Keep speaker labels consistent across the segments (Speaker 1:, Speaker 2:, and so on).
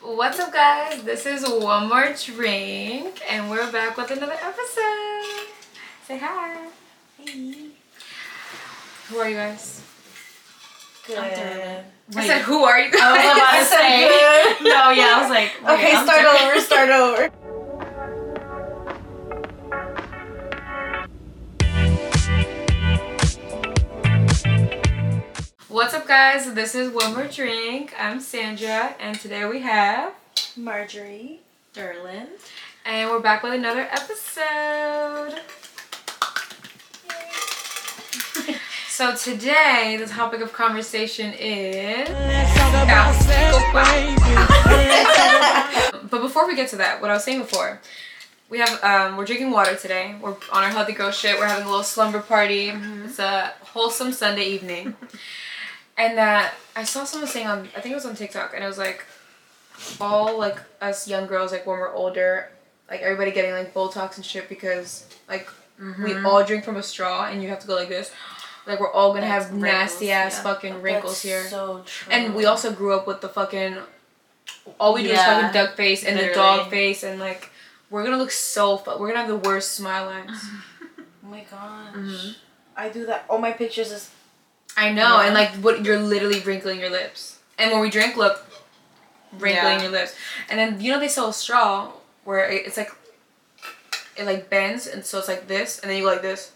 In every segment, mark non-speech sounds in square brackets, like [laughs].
Speaker 1: What's up, guys? This is One More Drink, and we're back with another episode. Say hi.
Speaker 2: Hey.
Speaker 1: Who are you guys?
Speaker 2: Good.
Speaker 1: I said, Who are you guys?
Speaker 2: [laughs] I was about to
Speaker 1: said
Speaker 2: say.
Speaker 1: good.
Speaker 2: No, yeah, I was like, wait,
Speaker 1: Okay,
Speaker 2: I'm
Speaker 1: start
Speaker 2: sorry.
Speaker 1: over,
Speaker 2: start over.
Speaker 1: [laughs] What's up, guys? This is One More Drink. I'm Sandra, and today we have,
Speaker 2: [laughs] Marjorie. Derlin.
Speaker 1: and we're back with another episode. [laughs] So today, the topic of conversation is. But before we get to that, what I was saying before, we have um, we're drinking water today. We're on our healthy girl shit. We're having a little slumber party.
Speaker 2: Mm-hmm.
Speaker 1: It's a wholesome Sunday evening. and that I saw someone saying on I think it was on TikTok, and it was like all like us young girls like when we're older, like everybody getting like Botox and shit because like we
Speaker 2: Mm-hmm.
Speaker 1: all drink from a straw and you have to go like this. Like we're all gonna
Speaker 2: That's
Speaker 1: have nasty
Speaker 2: wrinkles,
Speaker 1: ass
Speaker 2: yeah.
Speaker 1: fucking wrinkles here.
Speaker 2: That's So true.
Speaker 1: And we also grew up with the fucking. All we do
Speaker 2: Yeah.
Speaker 1: is fucking duck face and the
Speaker 2: Literally.
Speaker 1: dog face and like, we're gonna look so fu- We're gonna have the worst smile
Speaker 2: [laughs]
Speaker 1: lines.
Speaker 2: Oh my gosh.
Speaker 1: Mhm.
Speaker 2: I do that. All my pictures is.
Speaker 1: I know, and
Speaker 2: Yeah.
Speaker 1: like, what you're literally wrinkling your lips. And when we drink, look, wrinkling
Speaker 2: Yeah.
Speaker 1: your lips. And then you know they sell a straw where it- it's like, it like bends and so it's like this, and then you go like this,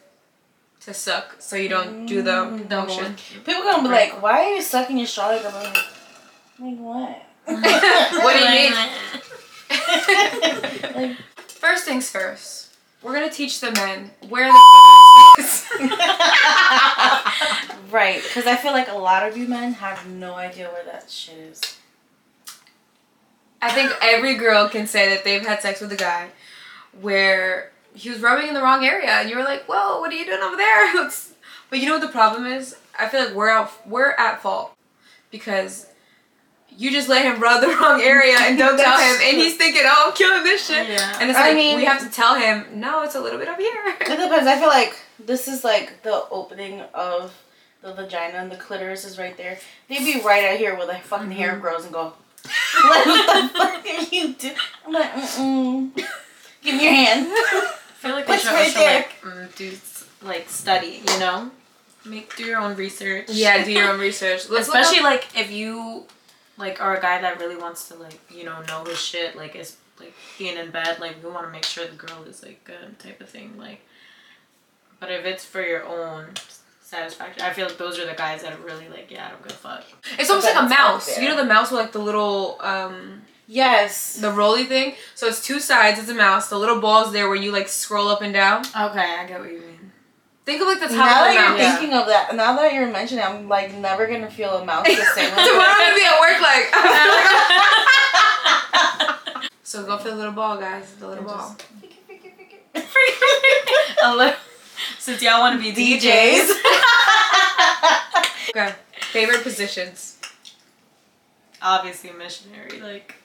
Speaker 1: to suck so you don't do the
Speaker 2: Mm, the
Speaker 3: [laughs]
Speaker 1: motion.
Speaker 2: People gonna be like, why are you sucking your straw like a little? Like [laughs] what?
Speaker 1: what do you mean?
Speaker 2: [laughs] Like,
Speaker 1: [laughs] First things first, we're gonna teach the men where
Speaker 2: [laughs]
Speaker 1: the is. [laughs]
Speaker 2: right, because I feel like a lot of you men have no idea where that shit is.
Speaker 1: I think every girl can say that they've had sex with a guy where he was rubbing in the wrong area and you were like, Whoa, what are you doing over there? [laughs] It's- but you know what the problem is? I feel like we're out, we're at fault because you just let him rub the [laughs] wrong area and don't tell him and he's thinking, Oh, I'm killing this shit
Speaker 3: Yeah.
Speaker 1: and it's
Speaker 2: I
Speaker 1: like
Speaker 2: mean-
Speaker 1: we have to tell him, No, it's a little bit up
Speaker 2: It
Speaker 1: here.
Speaker 2: depends. I feel like this is like the opening of the vagina and the clitoris is right there. They'd be right out here where the fucking hair
Speaker 1: Mm-hmm.
Speaker 2: grows and go, [laughs] like, what the fuck are you doing? I'm like, mm-mm. Give me your hand. [laughs]
Speaker 3: I feel like we
Speaker 2: It's
Speaker 3: should
Speaker 2: right
Speaker 3: also
Speaker 2: there.
Speaker 3: like mm, do s- like study, you know, make do your own research.
Speaker 1: [laughs] yeah, do
Speaker 3: [laughs]
Speaker 1: your own research. Let's look
Speaker 3: Especially
Speaker 1: up-
Speaker 3: like if you like are a guy that really wants to like you know know his shit like is like being in bed like we want to make sure the girl is like good type of thing like. But if it's for your own satisfaction, I feel like those are the guys that are really like yeah I don't give a fuck.
Speaker 1: it's almost like a
Speaker 2: That's out
Speaker 1: mouse.
Speaker 2: there.
Speaker 1: You know the mouse with like the little um
Speaker 2: Yes.
Speaker 1: the roly thing. So it's two sides. It's a mouse. The little ball's there where you like scroll up and down.
Speaker 3: Okay, I get what you mean.
Speaker 1: Think of like the top
Speaker 2: Now that
Speaker 1: of a
Speaker 2: you're
Speaker 1: mouse. [laughs]
Speaker 3: Yeah.
Speaker 2: thinking of that, now that you're mentioning, it, I'm like never gonna feel a mouth the
Speaker 1: [laughs]
Speaker 2: same.
Speaker 1: so what I'm gonna be at work like. [laughs]
Speaker 3: [laughs]
Speaker 1: so go for the little ball, guys. The little
Speaker 3: And
Speaker 1: ball.
Speaker 3: [laughs] A little- Since y'all want to be DJs.
Speaker 1: [laughs] Okay. Favorite positions.
Speaker 3: obviously missionary. Like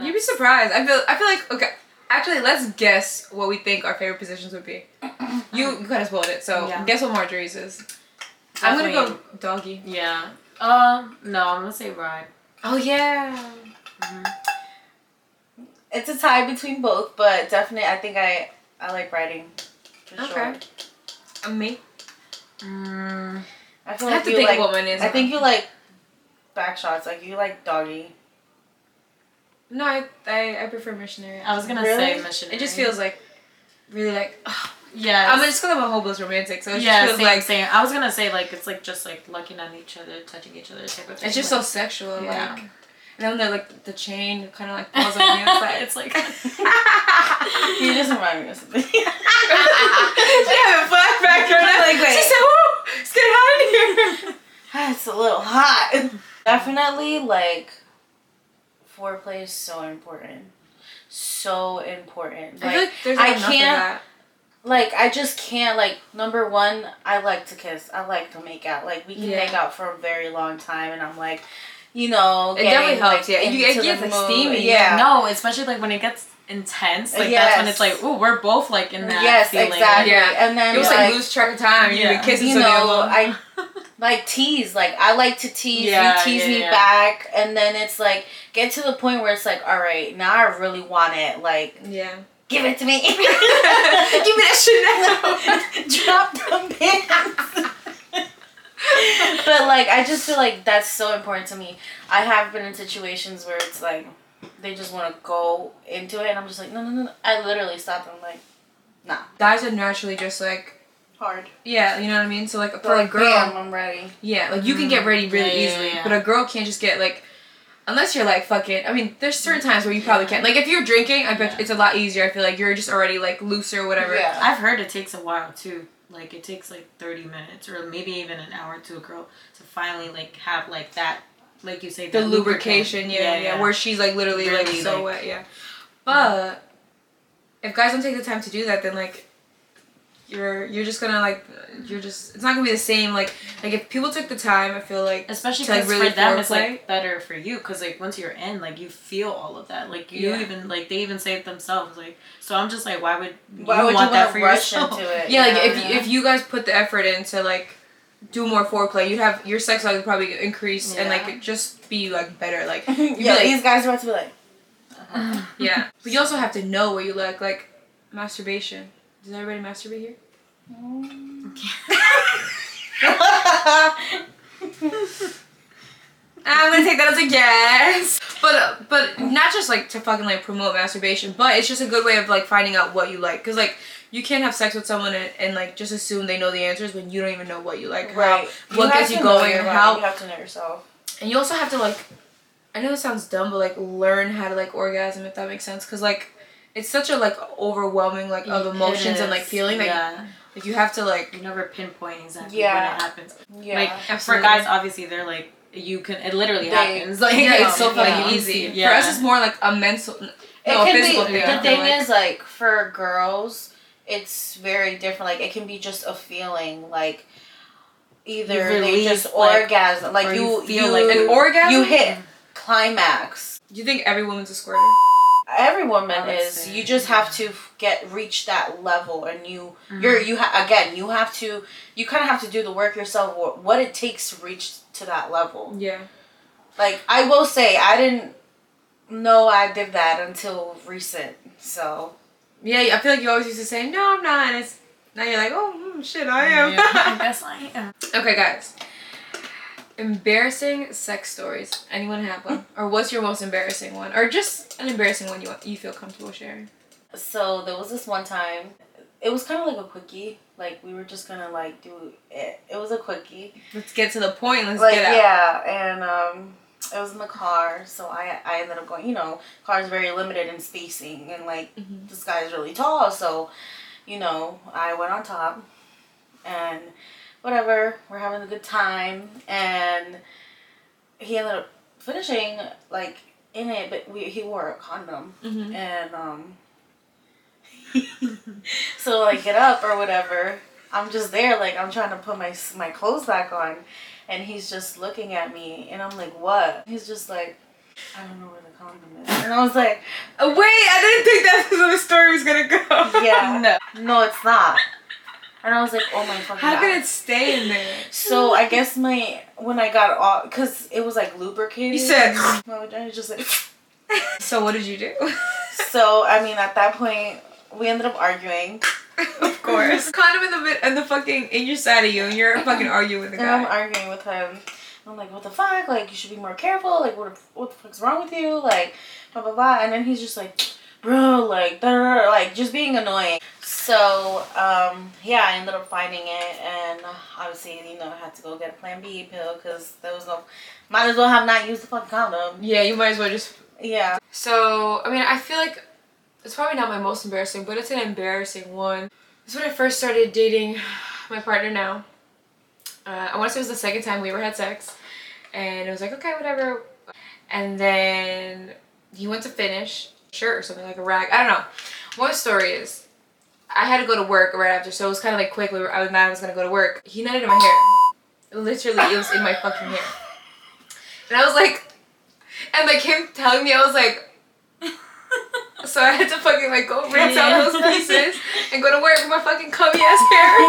Speaker 1: You'd be surprised. I feel. I feel like okay. Actually, let's guess what we think our favorite positions would
Speaker 2: [laughs]
Speaker 1: be. You you kind of spoiled it, so
Speaker 3: Yeah.
Speaker 1: guess what Marjorie's is. I'm gonna go doggy.
Speaker 3: Yeah. Um. No, I'm gonna say ride. Mm-hmm.
Speaker 1: Oh yeah.
Speaker 2: [laughs] It's a tie between both, but definitely, I think I I like riding. For
Speaker 1: Okay.
Speaker 2: Sure.
Speaker 1: Uh, me.
Speaker 3: Mm,
Speaker 2: I feel
Speaker 1: I
Speaker 2: like
Speaker 1: have to
Speaker 2: you
Speaker 1: think
Speaker 2: like
Speaker 1: what mine is.
Speaker 2: I think you like back shots. Like you like doggy.
Speaker 1: No, I I, I prefer missionary.
Speaker 3: I was gonna
Speaker 2: Really?
Speaker 3: say missionary.
Speaker 1: It just feels like really like ugh.
Speaker 3: Yeah.
Speaker 1: I mean it's because I'm a hopeless romantic, so it
Speaker 3: yeah,
Speaker 1: just
Speaker 3: same,
Speaker 1: feels like
Speaker 3: same. I was gonna say like it's like just like looking at each other, touching each other type of thing.
Speaker 1: it's just so
Speaker 3: like,
Speaker 1: sexual.
Speaker 3: Yeah.
Speaker 1: Like, and then they're like the chain kind of like
Speaker 3: [laughs]
Speaker 1: falls on you. It's like, [laughs]
Speaker 3: it's like [laughs]
Speaker 2: You just remind me of something. [laughs]
Speaker 1: she having fun back there.
Speaker 2: Like,
Speaker 1: Like, she
Speaker 2: wait.
Speaker 1: said, "Woo, it's getting hot
Speaker 3: [laughs]
Speaker 1: in here."
Speaker 2: Ah, it's a little hot. Definitely like foreplay is so important. So important.
Speaker 1: I feel
Speaker 2: Like
Speaker 1: like there's
Speaker 2: I
Speaker 1: not enough of
Speaker 2: can't-
Speaker 1: that.
Speaker 2: like I just can't like number one, I like to kiss. I like to make out. Like we can
Speaker 1: Yeah.
Speaker 2: make out for a very long time and I'm like, you know,
Speaker 1: It definitely
Speaker 2: getting,
Speaker 1: helps, yeah.
Speaker 2: into
Speaker 1: You- it
Speaker 2: the
Speaker 1: gets, like,
Speaker 2: mood.
Speaker 1: steamy,
Speaker 2: Yeah.
Speaker 3: no, especially like when it gets intense. Like that's when
Speaker 2: Yes.
Speaker 3: it's like, ooh, we're both like in that
Speaker 2: yes,
Speaker 3: feeling.
Speaker 2: exactly.
Speaker 1: Yeah.
Speaker 2: And then
Speaker 1: It was like,
Speaker 2: like
Speaker 1: lose track of time. You've
Speaker 3: Yeah.
Speaker 1: been kissing
Speaker 2: You
Speaker 1: somebody
Speaker 2: know,
Speaker 1: alone.
Speaker 2: I- like tease. Like I like to tease.
Speaker 3: Yeah,
Speaker 2: you tease
Speaker 3: yeah,
Speaker 2: me
Speaker 3: yeah.
Speaker 2: back, and then it's like get to the point where it's like, all right, now I really want it. Like
Speaker 1: [laughs] Yeah.
Speaker 2: give it to me. [laughs]
Speaker 1: Give me that shit now.
Speaker 2: Drop the [laughs] pants. but like I just feel like that's so important to me. I have been in situations where it's like they just want to go into it, and I'm just like, no, no, no. no. I literally stop them like
Speaker 1: Guys are naturally just like,
Speaker 2: hard.
Speaker 1: yeah, you know what I mean? So, like, for
Speaker 2: But
Speaker 1: a
Speaker 2: like,
Speaker 1: girl,
Speaker 2: bam, I'm ready.
Speaker 1: yeah, like, you can get ready really
Speaker 3: Mm, Yeah, yeah,
Speaker 1: easily,
Speaker 3: yeah.
Speaker 1: but a girl can't just get, like, unless you're, like, fucking, I mean, there's certain times where you probably can. Like, if you're drinking, I bet
Speaker 3: Yeah.
Speaker 1: it's a lot easier. I feel like you're just already, like, looser or whatever.
Speaker 2: Yeah.
Speaker 3: [laughs] I've heard it takes a while too. Like it takes like thirty minutes or maybe even an hour to a girl to finally like have like that, like you say,
Speaker 1: the
Speaker 3: that
Speaker 1: lubrication, yeah, yeah, where she's like literally like
Speaker 3: Really,
Speaker 1: so
Speaker 3: like-
Speaker 1: wet, yeah. But if guys don't take the time to do that, then like you're you're just gonna like you're just it's not gonna be the same like like if people took the time, I feel like
Speaker 3: Especially
Speaker 1: to, like,
Speaker 3: because
Speaker 1: really
Speaker 3: for them it's
Speaker 1: foreplay.
Speaker 3: like better for you because like once you're in like you feel all of that like you
Speaker 1: Yeah.
Speaker 3: even like they even say it themselves like so I'm just like why would you
Speaker 2: Why would
Speaker 3: want
Speaker 2: you
Speaker 3: that
Speaker 2: want
Speaker 3: for
Speaker 2: to rush
Speaker 3: yourself?
Speaker 2: into
Speaker 3: [laughs]
Speaker 2: it?
Speaker 1: yeah, like
Speaker 2: you know?
Speaker 1: if you, if you guys put the effort into like do more foreplay, you'd have your sex life would probably increase and like
Speaker 2: Yeah.
Speaker 1: it just be like better
Speaker 2: [laughs]
Speaker 1: like
Speaker 2: [laughs] yeah,
Speaker 1: like-
Speaker 2: these guys are about to be like,
Speaker 1: yeah. But you also have to know what you like like masturbation. Does everybody masturbate here?
Speaker 2: Mm. [laughs]
Speaker 1: I'm gonna take that as a guess. But uh, but not just like to fucking like promote masturbation, but it's just a good way of like finding out what you like. Cause like you can't have sex with someone and, and like just assume they know the answers when you don't even know what you like. how-
Speaker 2: right.
Speaker 1: what
Speaker 2: have
Speaker 1: gets you
Speaker 2: to know
Speaker 1: going,
Speaker 2: your body,
Speaker 1: how-
Speaker 2: you have to know yourself.
Speaker 1: And you also have to like, I know it sounds dumb, but like learn how to like orgasm if that makes sense. Cause like it's such a like overwhelming like of
Speaker 3: It
Speaker 1: emotions and like
Speaker 3: is,
Speaker 1: feeling that
Speaker 3: yeah
Speaker 1: like you have to like
Speaker 3: you never pinpoint exactly when
Speaker 2: Yeah.
Speaker 3: it happens
Speaker 2: Yeah.
Speaker 3: like
Speaker 1: Absolutely.
Speaker 3: for guys obviously they're like you can it literally
Speaker 2: They-
Speaker 3: happens like
Speaker 1: yeah, it's so
Speaker 2: yeah.
Speaker 1: fucking
Speaker 3: you
Speaker 1: easy.
Speaker 3: can see it. yeah
Speaker 1: For us,
Speaker 3: [laughs]
Speaker 1: it's more like a mental,
Speaker 2: it
Speaker 1: no, a
Speaker 2: can
Speaker 1: physical
Speaker 2: be,
Speaker 1: thing.
Speaker 2: The
Speaker 1: but,
Speaker 2: thing
Speaker 1: like-
Speaker 2: is, like for girls, it's very different. Like it can be just a feeling, like either
Speaker 3: You
Speaker 2: they just
Speaker 3: release, like,
Speaker 2: orgasm, like
Speaker 3: or
Speaker 2: you,
Speaker 3: you feel
Speaker 2: you-
Speaker 3: like
Speaker 1: an orgasm.
Speaker 2: you hit climax.
Speaker 1: Do you think every woman's a squirter?
Speaker 2: Every
Speaker 3: I
Speaker 2: woman
Speaker 3: would
Speaker 2: is.
Speaker 3: say,
Speaker 2: You just have
Speaker 3: yeah.
Speaker 2: to f- get reach that level, and you,
Speaker 1: Mm-hmm.
Speaker 3: Mhm.
Speaker 2: you're, you ha- again, you have to, you kind of have to do the work yourself. wh- What it takes to reach to that level.
Speaker 1: Yeah.
Speaker 2: Like I will say, I didn't know I did that until recent. So
Speaker 1: Yeah, yeah, I feel like you always used to say, no, I'm not. And it's, now you're like, oh, mm, shit, I am.
Speaker 3: Yeah,
Speaker 1: [laughs]
Speaker 3: I guess I [laughs] am.
Speaker 1: okay, guys. Embarrassing sex stories. Anyone have one? or what's your most embarrassing one? Or just an embarrassing one you want, you feel comfortable sharing?
Speaker 2: so there was this one time. It was kind of like a quickie. Like we were just gonna like do it. It was a quickie.
Speaker 1: Let's get to the point. Let's
Speaker 2: like
Speaker 1: get out.
Speaker 2: yeah, and um, it was in the car. So I I ended up going. You know, cars very limited in spacing, and like
Speaker 1: Mhm.
Speaker 2: this guy's really tall. So, you know, I went on top, and whatever. We're having a good time, and he ended up finishing like in it, but we he wore a condom
Speaker 1: Mhm.
Speaker 2: and um [laughs] so like get up or whatever i'm just there like i'm trying to put my my clothes back on and he's just looking at me and i'm like what he's just like i don't know where the condom is and i was like
Speaker 1: Uh, Wait, I didn't think that's where [laughs] the story was going to go.
Speaker 2: Yeah.
Speaker 1: no.
Speaker 2: no it's not and i was like oh my fucking
Speaker 1: How
Speaker 2: god
Speaker 1: can it stay in there?
Speaker 2: so i guess my when i got off because it was like lubricated
Speaker 1: You said.
Speaker 2: my vagina just like
Speaker 1: [laughs]
Speaker 2: [laughs]
Speaker 1: so what did you do?
Speaker 2: so i mean at that point we ended up arguing
Speaker 1: [laughs] of course. Condom in the mid- in the fucking in your side of you, and you're fucking arguing with the
Speaker 2: And
Speaker 1: guy.
Speaker 2: I'm arguing with him. I'm like, what the fuck? Like, you should be more careful. Like, what, what the fuck's wrong with you? Like, blah, blah, blah. And then he's just like, bro, like, da, da, da, like, just being annoying. So, um, yeah, I ended up finding it. And obviously, you know, I had to go get a plan B pill because there was no, might as well have not used the fucking condom.
Speaker 1: yeah, you might as well just. [laughs]
Speaker 2: Yeah.
Speaker 1: So I mean, I feel like it's probably not my most embarrassing, but it's an embarrassing one. It's when I first started dating my partner now. Uh, I want to say it was the second time we ever had sex, and it was like okay, whatever. And then he went to finish shirt or something like a rag. I don't know. One story is, I had to go to work right after, so it was kind of like quick. We were, I was mad I was gonna go to work. He nutted in my hair. Literally, it was in my fucking hair. And I was like, and like him telling me, I was like, so I had to fucking like go rinse
Speaker 2: [laughs]
Speaker 1: out those pieces and go to work with my fucking cummy ass hair.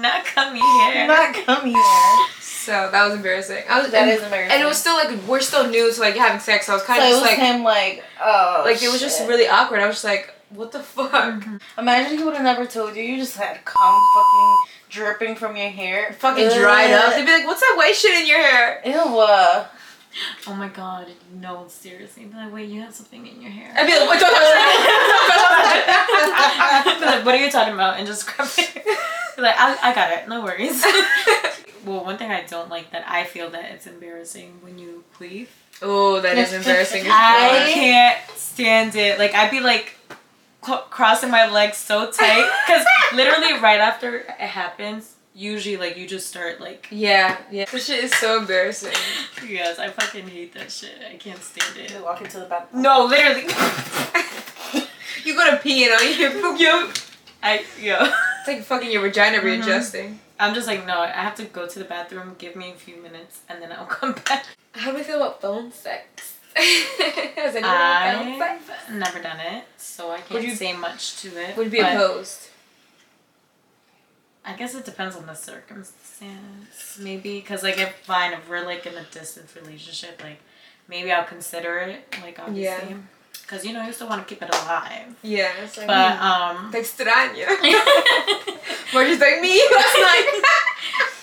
Speaker 3: Not coming here.
Speaker 2: Not come here.
Speaker 1: So that was embarrassing. I was
Speaker 2: That
Speaker 1: and,
Speaker 2: is embarrassing.
Speaker 1: and it was still like we're still new to like having sex. So I was
Speaker 2: so
Speaker 1: kind of
Speaker 2: it
Speaker 1: just
Speaker 2: was
Speaker 1: like
Speaker 2: him like oh
Speaker 1: like it was just
Speaker 2: shit.
Speaker 1: really awkward. I was just like, what the fuck?
Speaker 2: Imagine he would have never told you. You just had cum fucking dripping from your hair.
Speaker 1: Fucking
Speaker 2: Ugh.
Speaker 1: dried up. They'd be like, what's that white shit in your hair?
Speaker 2: Ew. uh,
Speaker 3: Oh my god, no, seriously. But like, wait, you have something in your hair.
Speaker 2: [laughs]
Speaker 1: I'd be like, what? Don't touch that. Don't touch
Speaker 3: Be like, what are you talking about? And just grab it. Be like, I, I got it, no worries.
Speaker 1: that. [laughs]
Speaker 3: well, one thing I don't like that I feel that it's embarrassing when you queef.
Speaker 1: Oh, that is embarrassing. as
Speaker 3: I
Speaker 1: fuck.
Speaker 3: can't stand it. Like I'd be like cl- crossing my legs so tight because literally right after it happens, usually like you just start like
Speaker 1: Yeah, yeah. This shit is so embarrassing. [laughs]
Speaker 3: yes, I fucking hate that shit. I can't stand it.
Speaker 2: you walk into the bathroom.
Speaker 3: No, literally. [laughs]
Speaker 1: You go to pee and all [laughs] you
Speaker 3: yo, I yo.
Speaker 1: it's like fucking your
Speaker 2: Uh-huh.
Speaker 1: vagina readjusting.
Speaker 3: I'm just like no. I have to go to the bathroom. Give me a few minutes, and then I'll come back.
Speaker 1: How do we feel about phone sex? [laughs] Has anyone had phone sex?
Speaker 3: I've never done it, so I
Speaker 1: Would
Speaker 3: can't
Speaker 1: you-
Speaker 3: say much to it.
Speaker 1: Would you be
Speaker 3: but
Speaker 1: opposed.
Speaker 3: I guess it depends on the circumstance, maybe. Because, like, if fine, if we're like in a distant relationship, like, maybe I'll consider it, like, obviously. Because, you know, you still want to keep it alive.
Speaker 1: Yeah, it's like
Speaker 3: But,
Speaker 1: but,
Speaker 3: um.
Speaker 2: [laughs]
Speaker 1: te extraño. [laughs] We're just like [laughs] me last
Speaker 3: [laughs]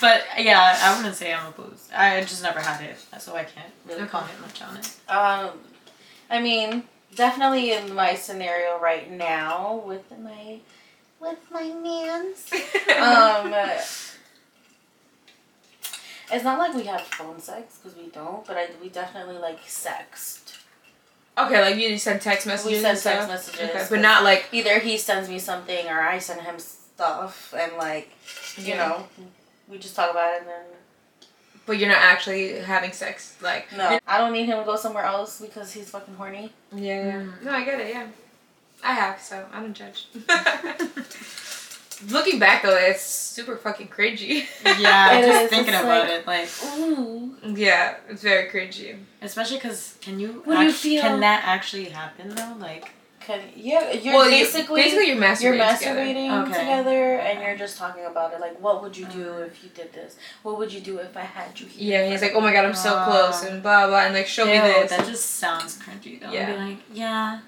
Speaker 3: but, yeah, I wouldn't say I'm opposed. I just never had it, so I can't really
Speaker 1: Okay.
Speaker 3: comment much
Speaker 2: [laughs]
Speaker 3: on it.
Speaker 2: Um, I mean, definitely in my scenario right now with my with my mans.
Speaker 1: [laughs] night.
Speaker 2: um, it's not like we have phone sex because we don't, but I, we definitely like sexed.
Speaker 1: okay, like you just send text messages.
Speaker 2: we
Speaker 1: and
Speaker 2: send text
Speaker 1: stuff?
Speaker 2: messages,
Speaker 1: Okay, but not like
Speaker 2: either he sends me something or I send him stuff, and like you
Speaker 1: Yeah.
Speaker 2: know, we just talk about it. and then
Speaker 1: But you're not actually having sex. Like
Speaker 2: No, I don't need him to go somewhere else because he's fucking horny.
Speaker 1: Yeah. yeah.
Speaker 3: Mm.
Speaker 1: No, I get it. Yeah, I have, so I don't judge. [laughs] Looking back though, it's super fucking cringy. [laughs]
Speaker 3: Yeah,
Speaker 2: It
Speaker 3: just
Speaker 2: is,
Speaker 3: thinking
Speaker 2: it's
Speaker 3: about
Speaker 2: like-
Speaker 3: it, like,
Speaker 2: Ooh,
Speaker 1: yeah, it's very cringy.
Speaker 3: especially because can you,
Speaker 2: What do you
Speaker 3: act-
Speaker 2: feel?
Speaker 3: can that actually happen though? Like,
Speaker 2: can yeah, you're
Speaker 1: well, you-
Speaker 2: basically.
Speaker 1: basically you're masturbating.
Speaker 2: you're
Speaker 1: together.
Speaker 2: masturbating
Speaker 3: Okay.
Speaker 2: together, and you're just talking about it. Like, what would you do
Speaker 3: Mm.
Speaker 2: if you did this? What would you do if I had you here?
Speaker 1: Yeah, and he's like, oh my god, I'm so
Speaker 3: Ah.
Speaker 1: close, and blah blah, and like show
Speaker 3: Ew,
Speaker 1: me this. [laughs]
Speaker 3: That just sounds cringy though.
Speaker 1: Yeah.
Speaker 3: I'd be like, yeah.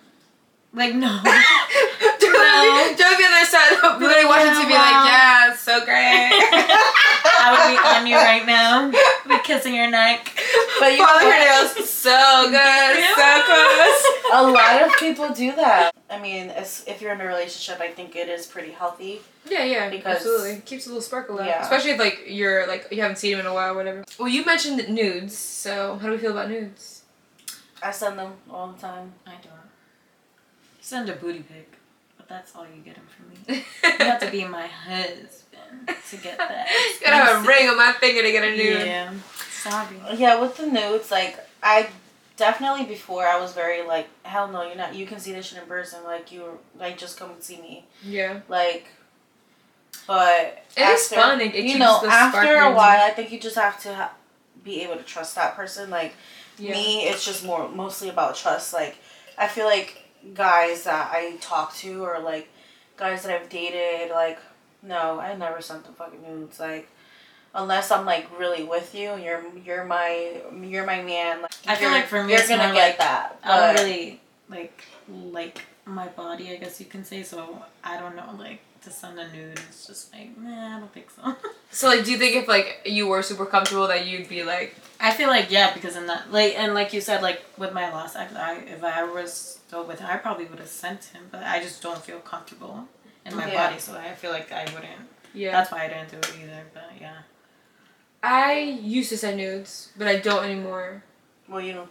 Speaker 3: Like no. [laughs]
Speaker 1: Don't be- don't be on their side of literally watching TV
Speaker 3: well.
Speaker 1: like, yeah, it's so great. [laughs]
Speaker 3: I would be on you right now. I'd be kissing your neck.
Speaker 2: But you
Speaker 1: Follow her
Speaker 2: know what?
Speaker 1: nails, so good,
Speaker 3: [laughs]
Speaker 1: so close.
Speaker 2: [laughs] A lot of people do that. I mean, as, if you're in a relationship, I think it is pretty healthy.
Speaker 1: Yeah, yeah,
Speaker 2: Because-
Speaker 1: absolutely. Keeps a little sparkle up,
Speaker 2: Yeah.
Speaker 1: especially if like you're like you haven't seen him in a while, or whatever. Well, you mentioned nudes, so how do we feel about nudes?
Speaker 2: I send them all the time.
Speaker 3: I don't. Send a booty pic, but that's all you get from me.
Speaker 1: you
Speaker 3: You have
Speaker 1: [laughs]
Speaker 3: to be my husband to get that.
Speaker 1: Gotta have a ring on my finger to get a nude.
Speaker 3: Yeah. Sorry.
Speaker 2: Yeah, with the nudes, like I definitely before I was very like, hell no, you're not. You can see this shit in person. Like you, like just come and see me.
Speaker 1: Yeah,
Speaker 2: Like, but
Speaker 1: It is fun. It- it
Speaker 2: you
Speaker 1: keeps
Speaker 2: know,
Speaker 1: the spark
Speaker 2: after a
Speaker 1: burning.
Speaker 2: while, I think you just have to ha- be able to trust that person. Like
Speaker 1: yeah.
Speaker 2: me, it's just more mostly about trust. Like I feel like guys that I talk to or like guys that I've dated, like no, I never sent them fucking nudes. Like unless I'm like really with you and you're you're my you're my man. Like,
Speaker 3: I feel
Speaker 2: you're-
Speaker 3: like for me
Speaker 2: you're
Speaker 3: it's
Speaker 2: gonna
Speaker 3: more
Speaker 2: get
Speaker 3: like,
Speaker 2: that.
Speaker 3: I don't
Speaker 2: but-
Speaker 3: really like like my body, I guess you can say. So I don't know. Like to send a nude is just like, nah, I don't think so. [laughs]
Speaker 1: So like, do you think if like you were super comfortable that you'd be like,
Speaker 3: I feel like yeah, because in that like and like you said, like with my last ex, I if I was still with him, I probably would have sent him, but I just don't feel comfortable in my
Speaker 2: Yeah.
Speaker 3: body, so I feel like I wouldn't.
Speaker 1: yeah?
Speaker 3: That's why I didn't do it either. But yeah,
Speaker 1: I used to send nudes, but I don't anymore.
Speaker 2: well, you don't.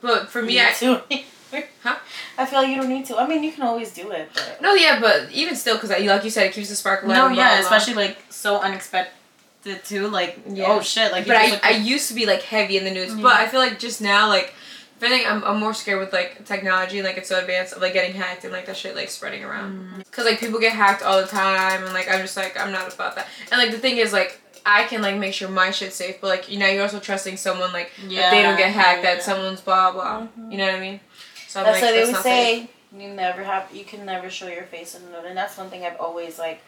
Speaker 1: But for me,
Speaker 2: need
Speaker 1: I
Speaker 2: to. [laughs]
Speaker 1: Huh?
Speaker 2: I feel like you don't need to. I mean, you can always do it, but
Speaker 1: no, yeah, but even still, because like you said, it keeps the sparkle.
Speaker 3: no,
Speaker 1: alive, blah,
Speaker 3: yeah,
Speaker 1: blah, blah.
Speaker 3: especially like so unexpected too. Like
Speaker 1: Yeah.
Speaker 3: oh shit, like you
Speaker 1: but
Speaker 3: just
Speaker 1: I,
Speaker 3: look-
Speaker 1: I used to be like heavy in the news,
Speaker 3: Yeah.
Speaker 1: but
Speaker 2: Mm-hmm.
Speaker 1: I feel like just now like if anything I'm, I'm more scared with like technology like it's so advanced of like getting hacked and like that shit like spreading around
Speaker 2: Mm.
Speaker 1: because like people get hacked all the time and like I'm just like I'm not about that and like the thing is like I can like make sure my shit's safe but like you know you're also trusting someone like that they don't get hacked that
Speaker 3: yeah.
Speaker 1: someone's blah blah
Speaker 2: Mhm.
Speaker 1: you know what I mean so I'm
Speaker 2: that's
Speaker 1: like
Speaker 2: what they
Speaker 1: that's
Speaker 2: would
Speaker 1: not
Speaker 2: say. You never have. You can never show your face in the nude, and that's one thing I've always like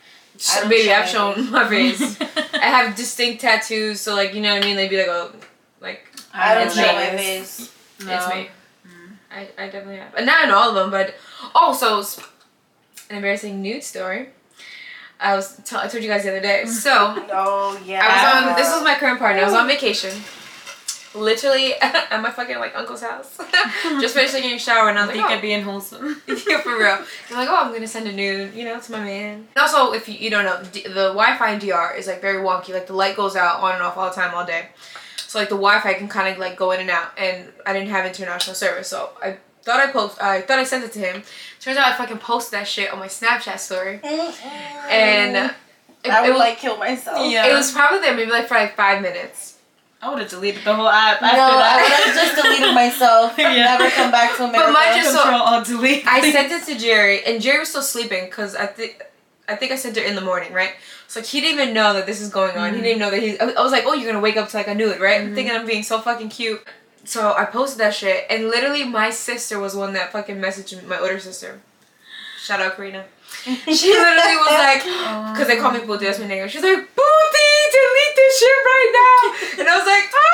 Speaker 2: I don't
Speaker 1: baby,
Speaker 2: shy
Speaker 1: I've shown my
Speaker 2: [laughs]
Speaker 1: face.
Speaker 3: [laughs]
Speaker 1: I have distinct tattoos, so like you know what I mean. They'd be like, oh, like
Speaker 2: I don't
Speaker 1: It's
Speaker 2: show
Speaker 1: me.
Speaker 2: my face.
Speaker 3: No.
Speaker 1: it's me.
Speaker 3: Mhm.
Speaker 1: Mm. I, I definitely have, and not in all of them, but also sp- an embarrassing nude story. I was t- I told you guys the other [laughs] day. So
Speaker 2: Oh yeah.
Speaker 1: I was on. This was my current partner. I was on vacation. Literally [laughs] at my fucking like uncle's house. [laughs] Just finished taking a shower and I
Speaker 3: I
Speaker 1: was
Speaker 3: think
Speaker 1: like,
Speaker 3: I'd be
Speaker 1: [laughs]
Speaker 3: in wholesome.
Speaker 1: oh. yeah, for real. I'm like, oh, I'm gonna send a nude, you know, to my man. And also, if you, you don't know, D- the Wi-Fi in DR is like very wonky. Like the light goes out on and off all the time, all day. So like the Wi-Fi can kind of like go in and out. And I didn't have international service, so I thought I post, I thought I sent it to him. Turns out I fucking posted that shit on my Snapchat story,
Speaker 2: Mm-mm.
Speaker 1: and it,
Speaker 2: I
Speaker 1: it
Speaker 2: would
Speaker 1: was-
Speaker 2: like kill myself.
Speaker 3: Yeah.
Speaker 1: it was probably there maybe like for like five minutes.
Speaker 3: I would have deleted the whole app
Speaker 2: No, I
Speaker 3: after that.
Speaker 2: would have just
Speaker 1: [laughs]
Speaker 2: deleted
Speaker 3: [laughs]
Speaker 2: myself. and
Speaker 3: Yeah.
Speaker 2: Never come back to America.
Speaker 1: mine just-
Speaker 3: Control all delete. [laughs]
Speaker 1: I sent it to Jerry, and Jerry was still sleeping because I think I think I sent it in the morning, right? So like he didn't even know that this is going on. He
Speaker 3: Mhm.
Speaker 1: didn't know that he. I I was like, oh, you're gonna wake up to like a nude, right? I'm
Speaker 3: Mhm.
Speaker 1: thinking I'm being so fucking cute. So I posted that shit, and literally my sister was one that fucking messaged me, my older sister. Shout out Karina. She literally was like, because they call me booty, that's my name. She's like, booty, delete this shit right now. And I was like, oh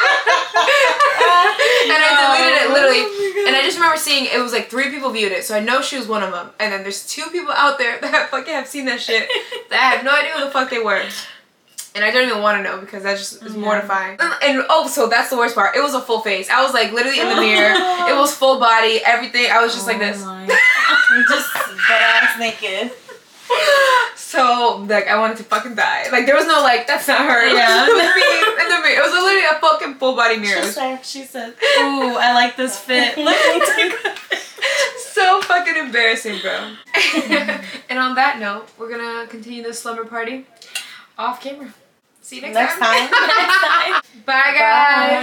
Speaker 1: my god. [laughs] and I deleted
Speaker 3: Oh,
Speaker 1: it literally. And I just remember seeing it was like three people viewed it, so I know she was one of them. And then there's two people out there [laughs] that fucking have seen that
Speaker 3: [laughs]
Speaker 1: shit that I have no idea who the fuck they were. And I don't even want to know because that just is
Speaker 3: Yeah.
Speaker 1: mortifying. And, and- oh, so that's the worst part. It was a full face. I was like literally in the
Speaker 3: [laughs]
Speaker 1: mirror. It was full body, everything. I was just like
Speaker 3: Oh
Speaker 1: this. [laughs]
Speaker 3: my.
Speaker 2: just butt ass naked.
Speaker 1: so like I wanted to fucking die. Like there was no like that's not her. [laughs]
Speaker 3: Yeah.
Speaker 1: It was me in the mirror. It was literally a fucking full body mirror. It was
Speaker 2: Just like,
Speaker 3: She said, "Ooh, I like
Speaker 2: [laughs]
Speaker 3: this fit."
Speaker 1: [laughs] so fucking embarrassing, bro. [laughs] and on that note, we're gonna continue this slumber party off camera. See you next,
Speaker 2: Next time.
Speaker 1: [laughs] Bye, guys.
Speaker 2: Bye.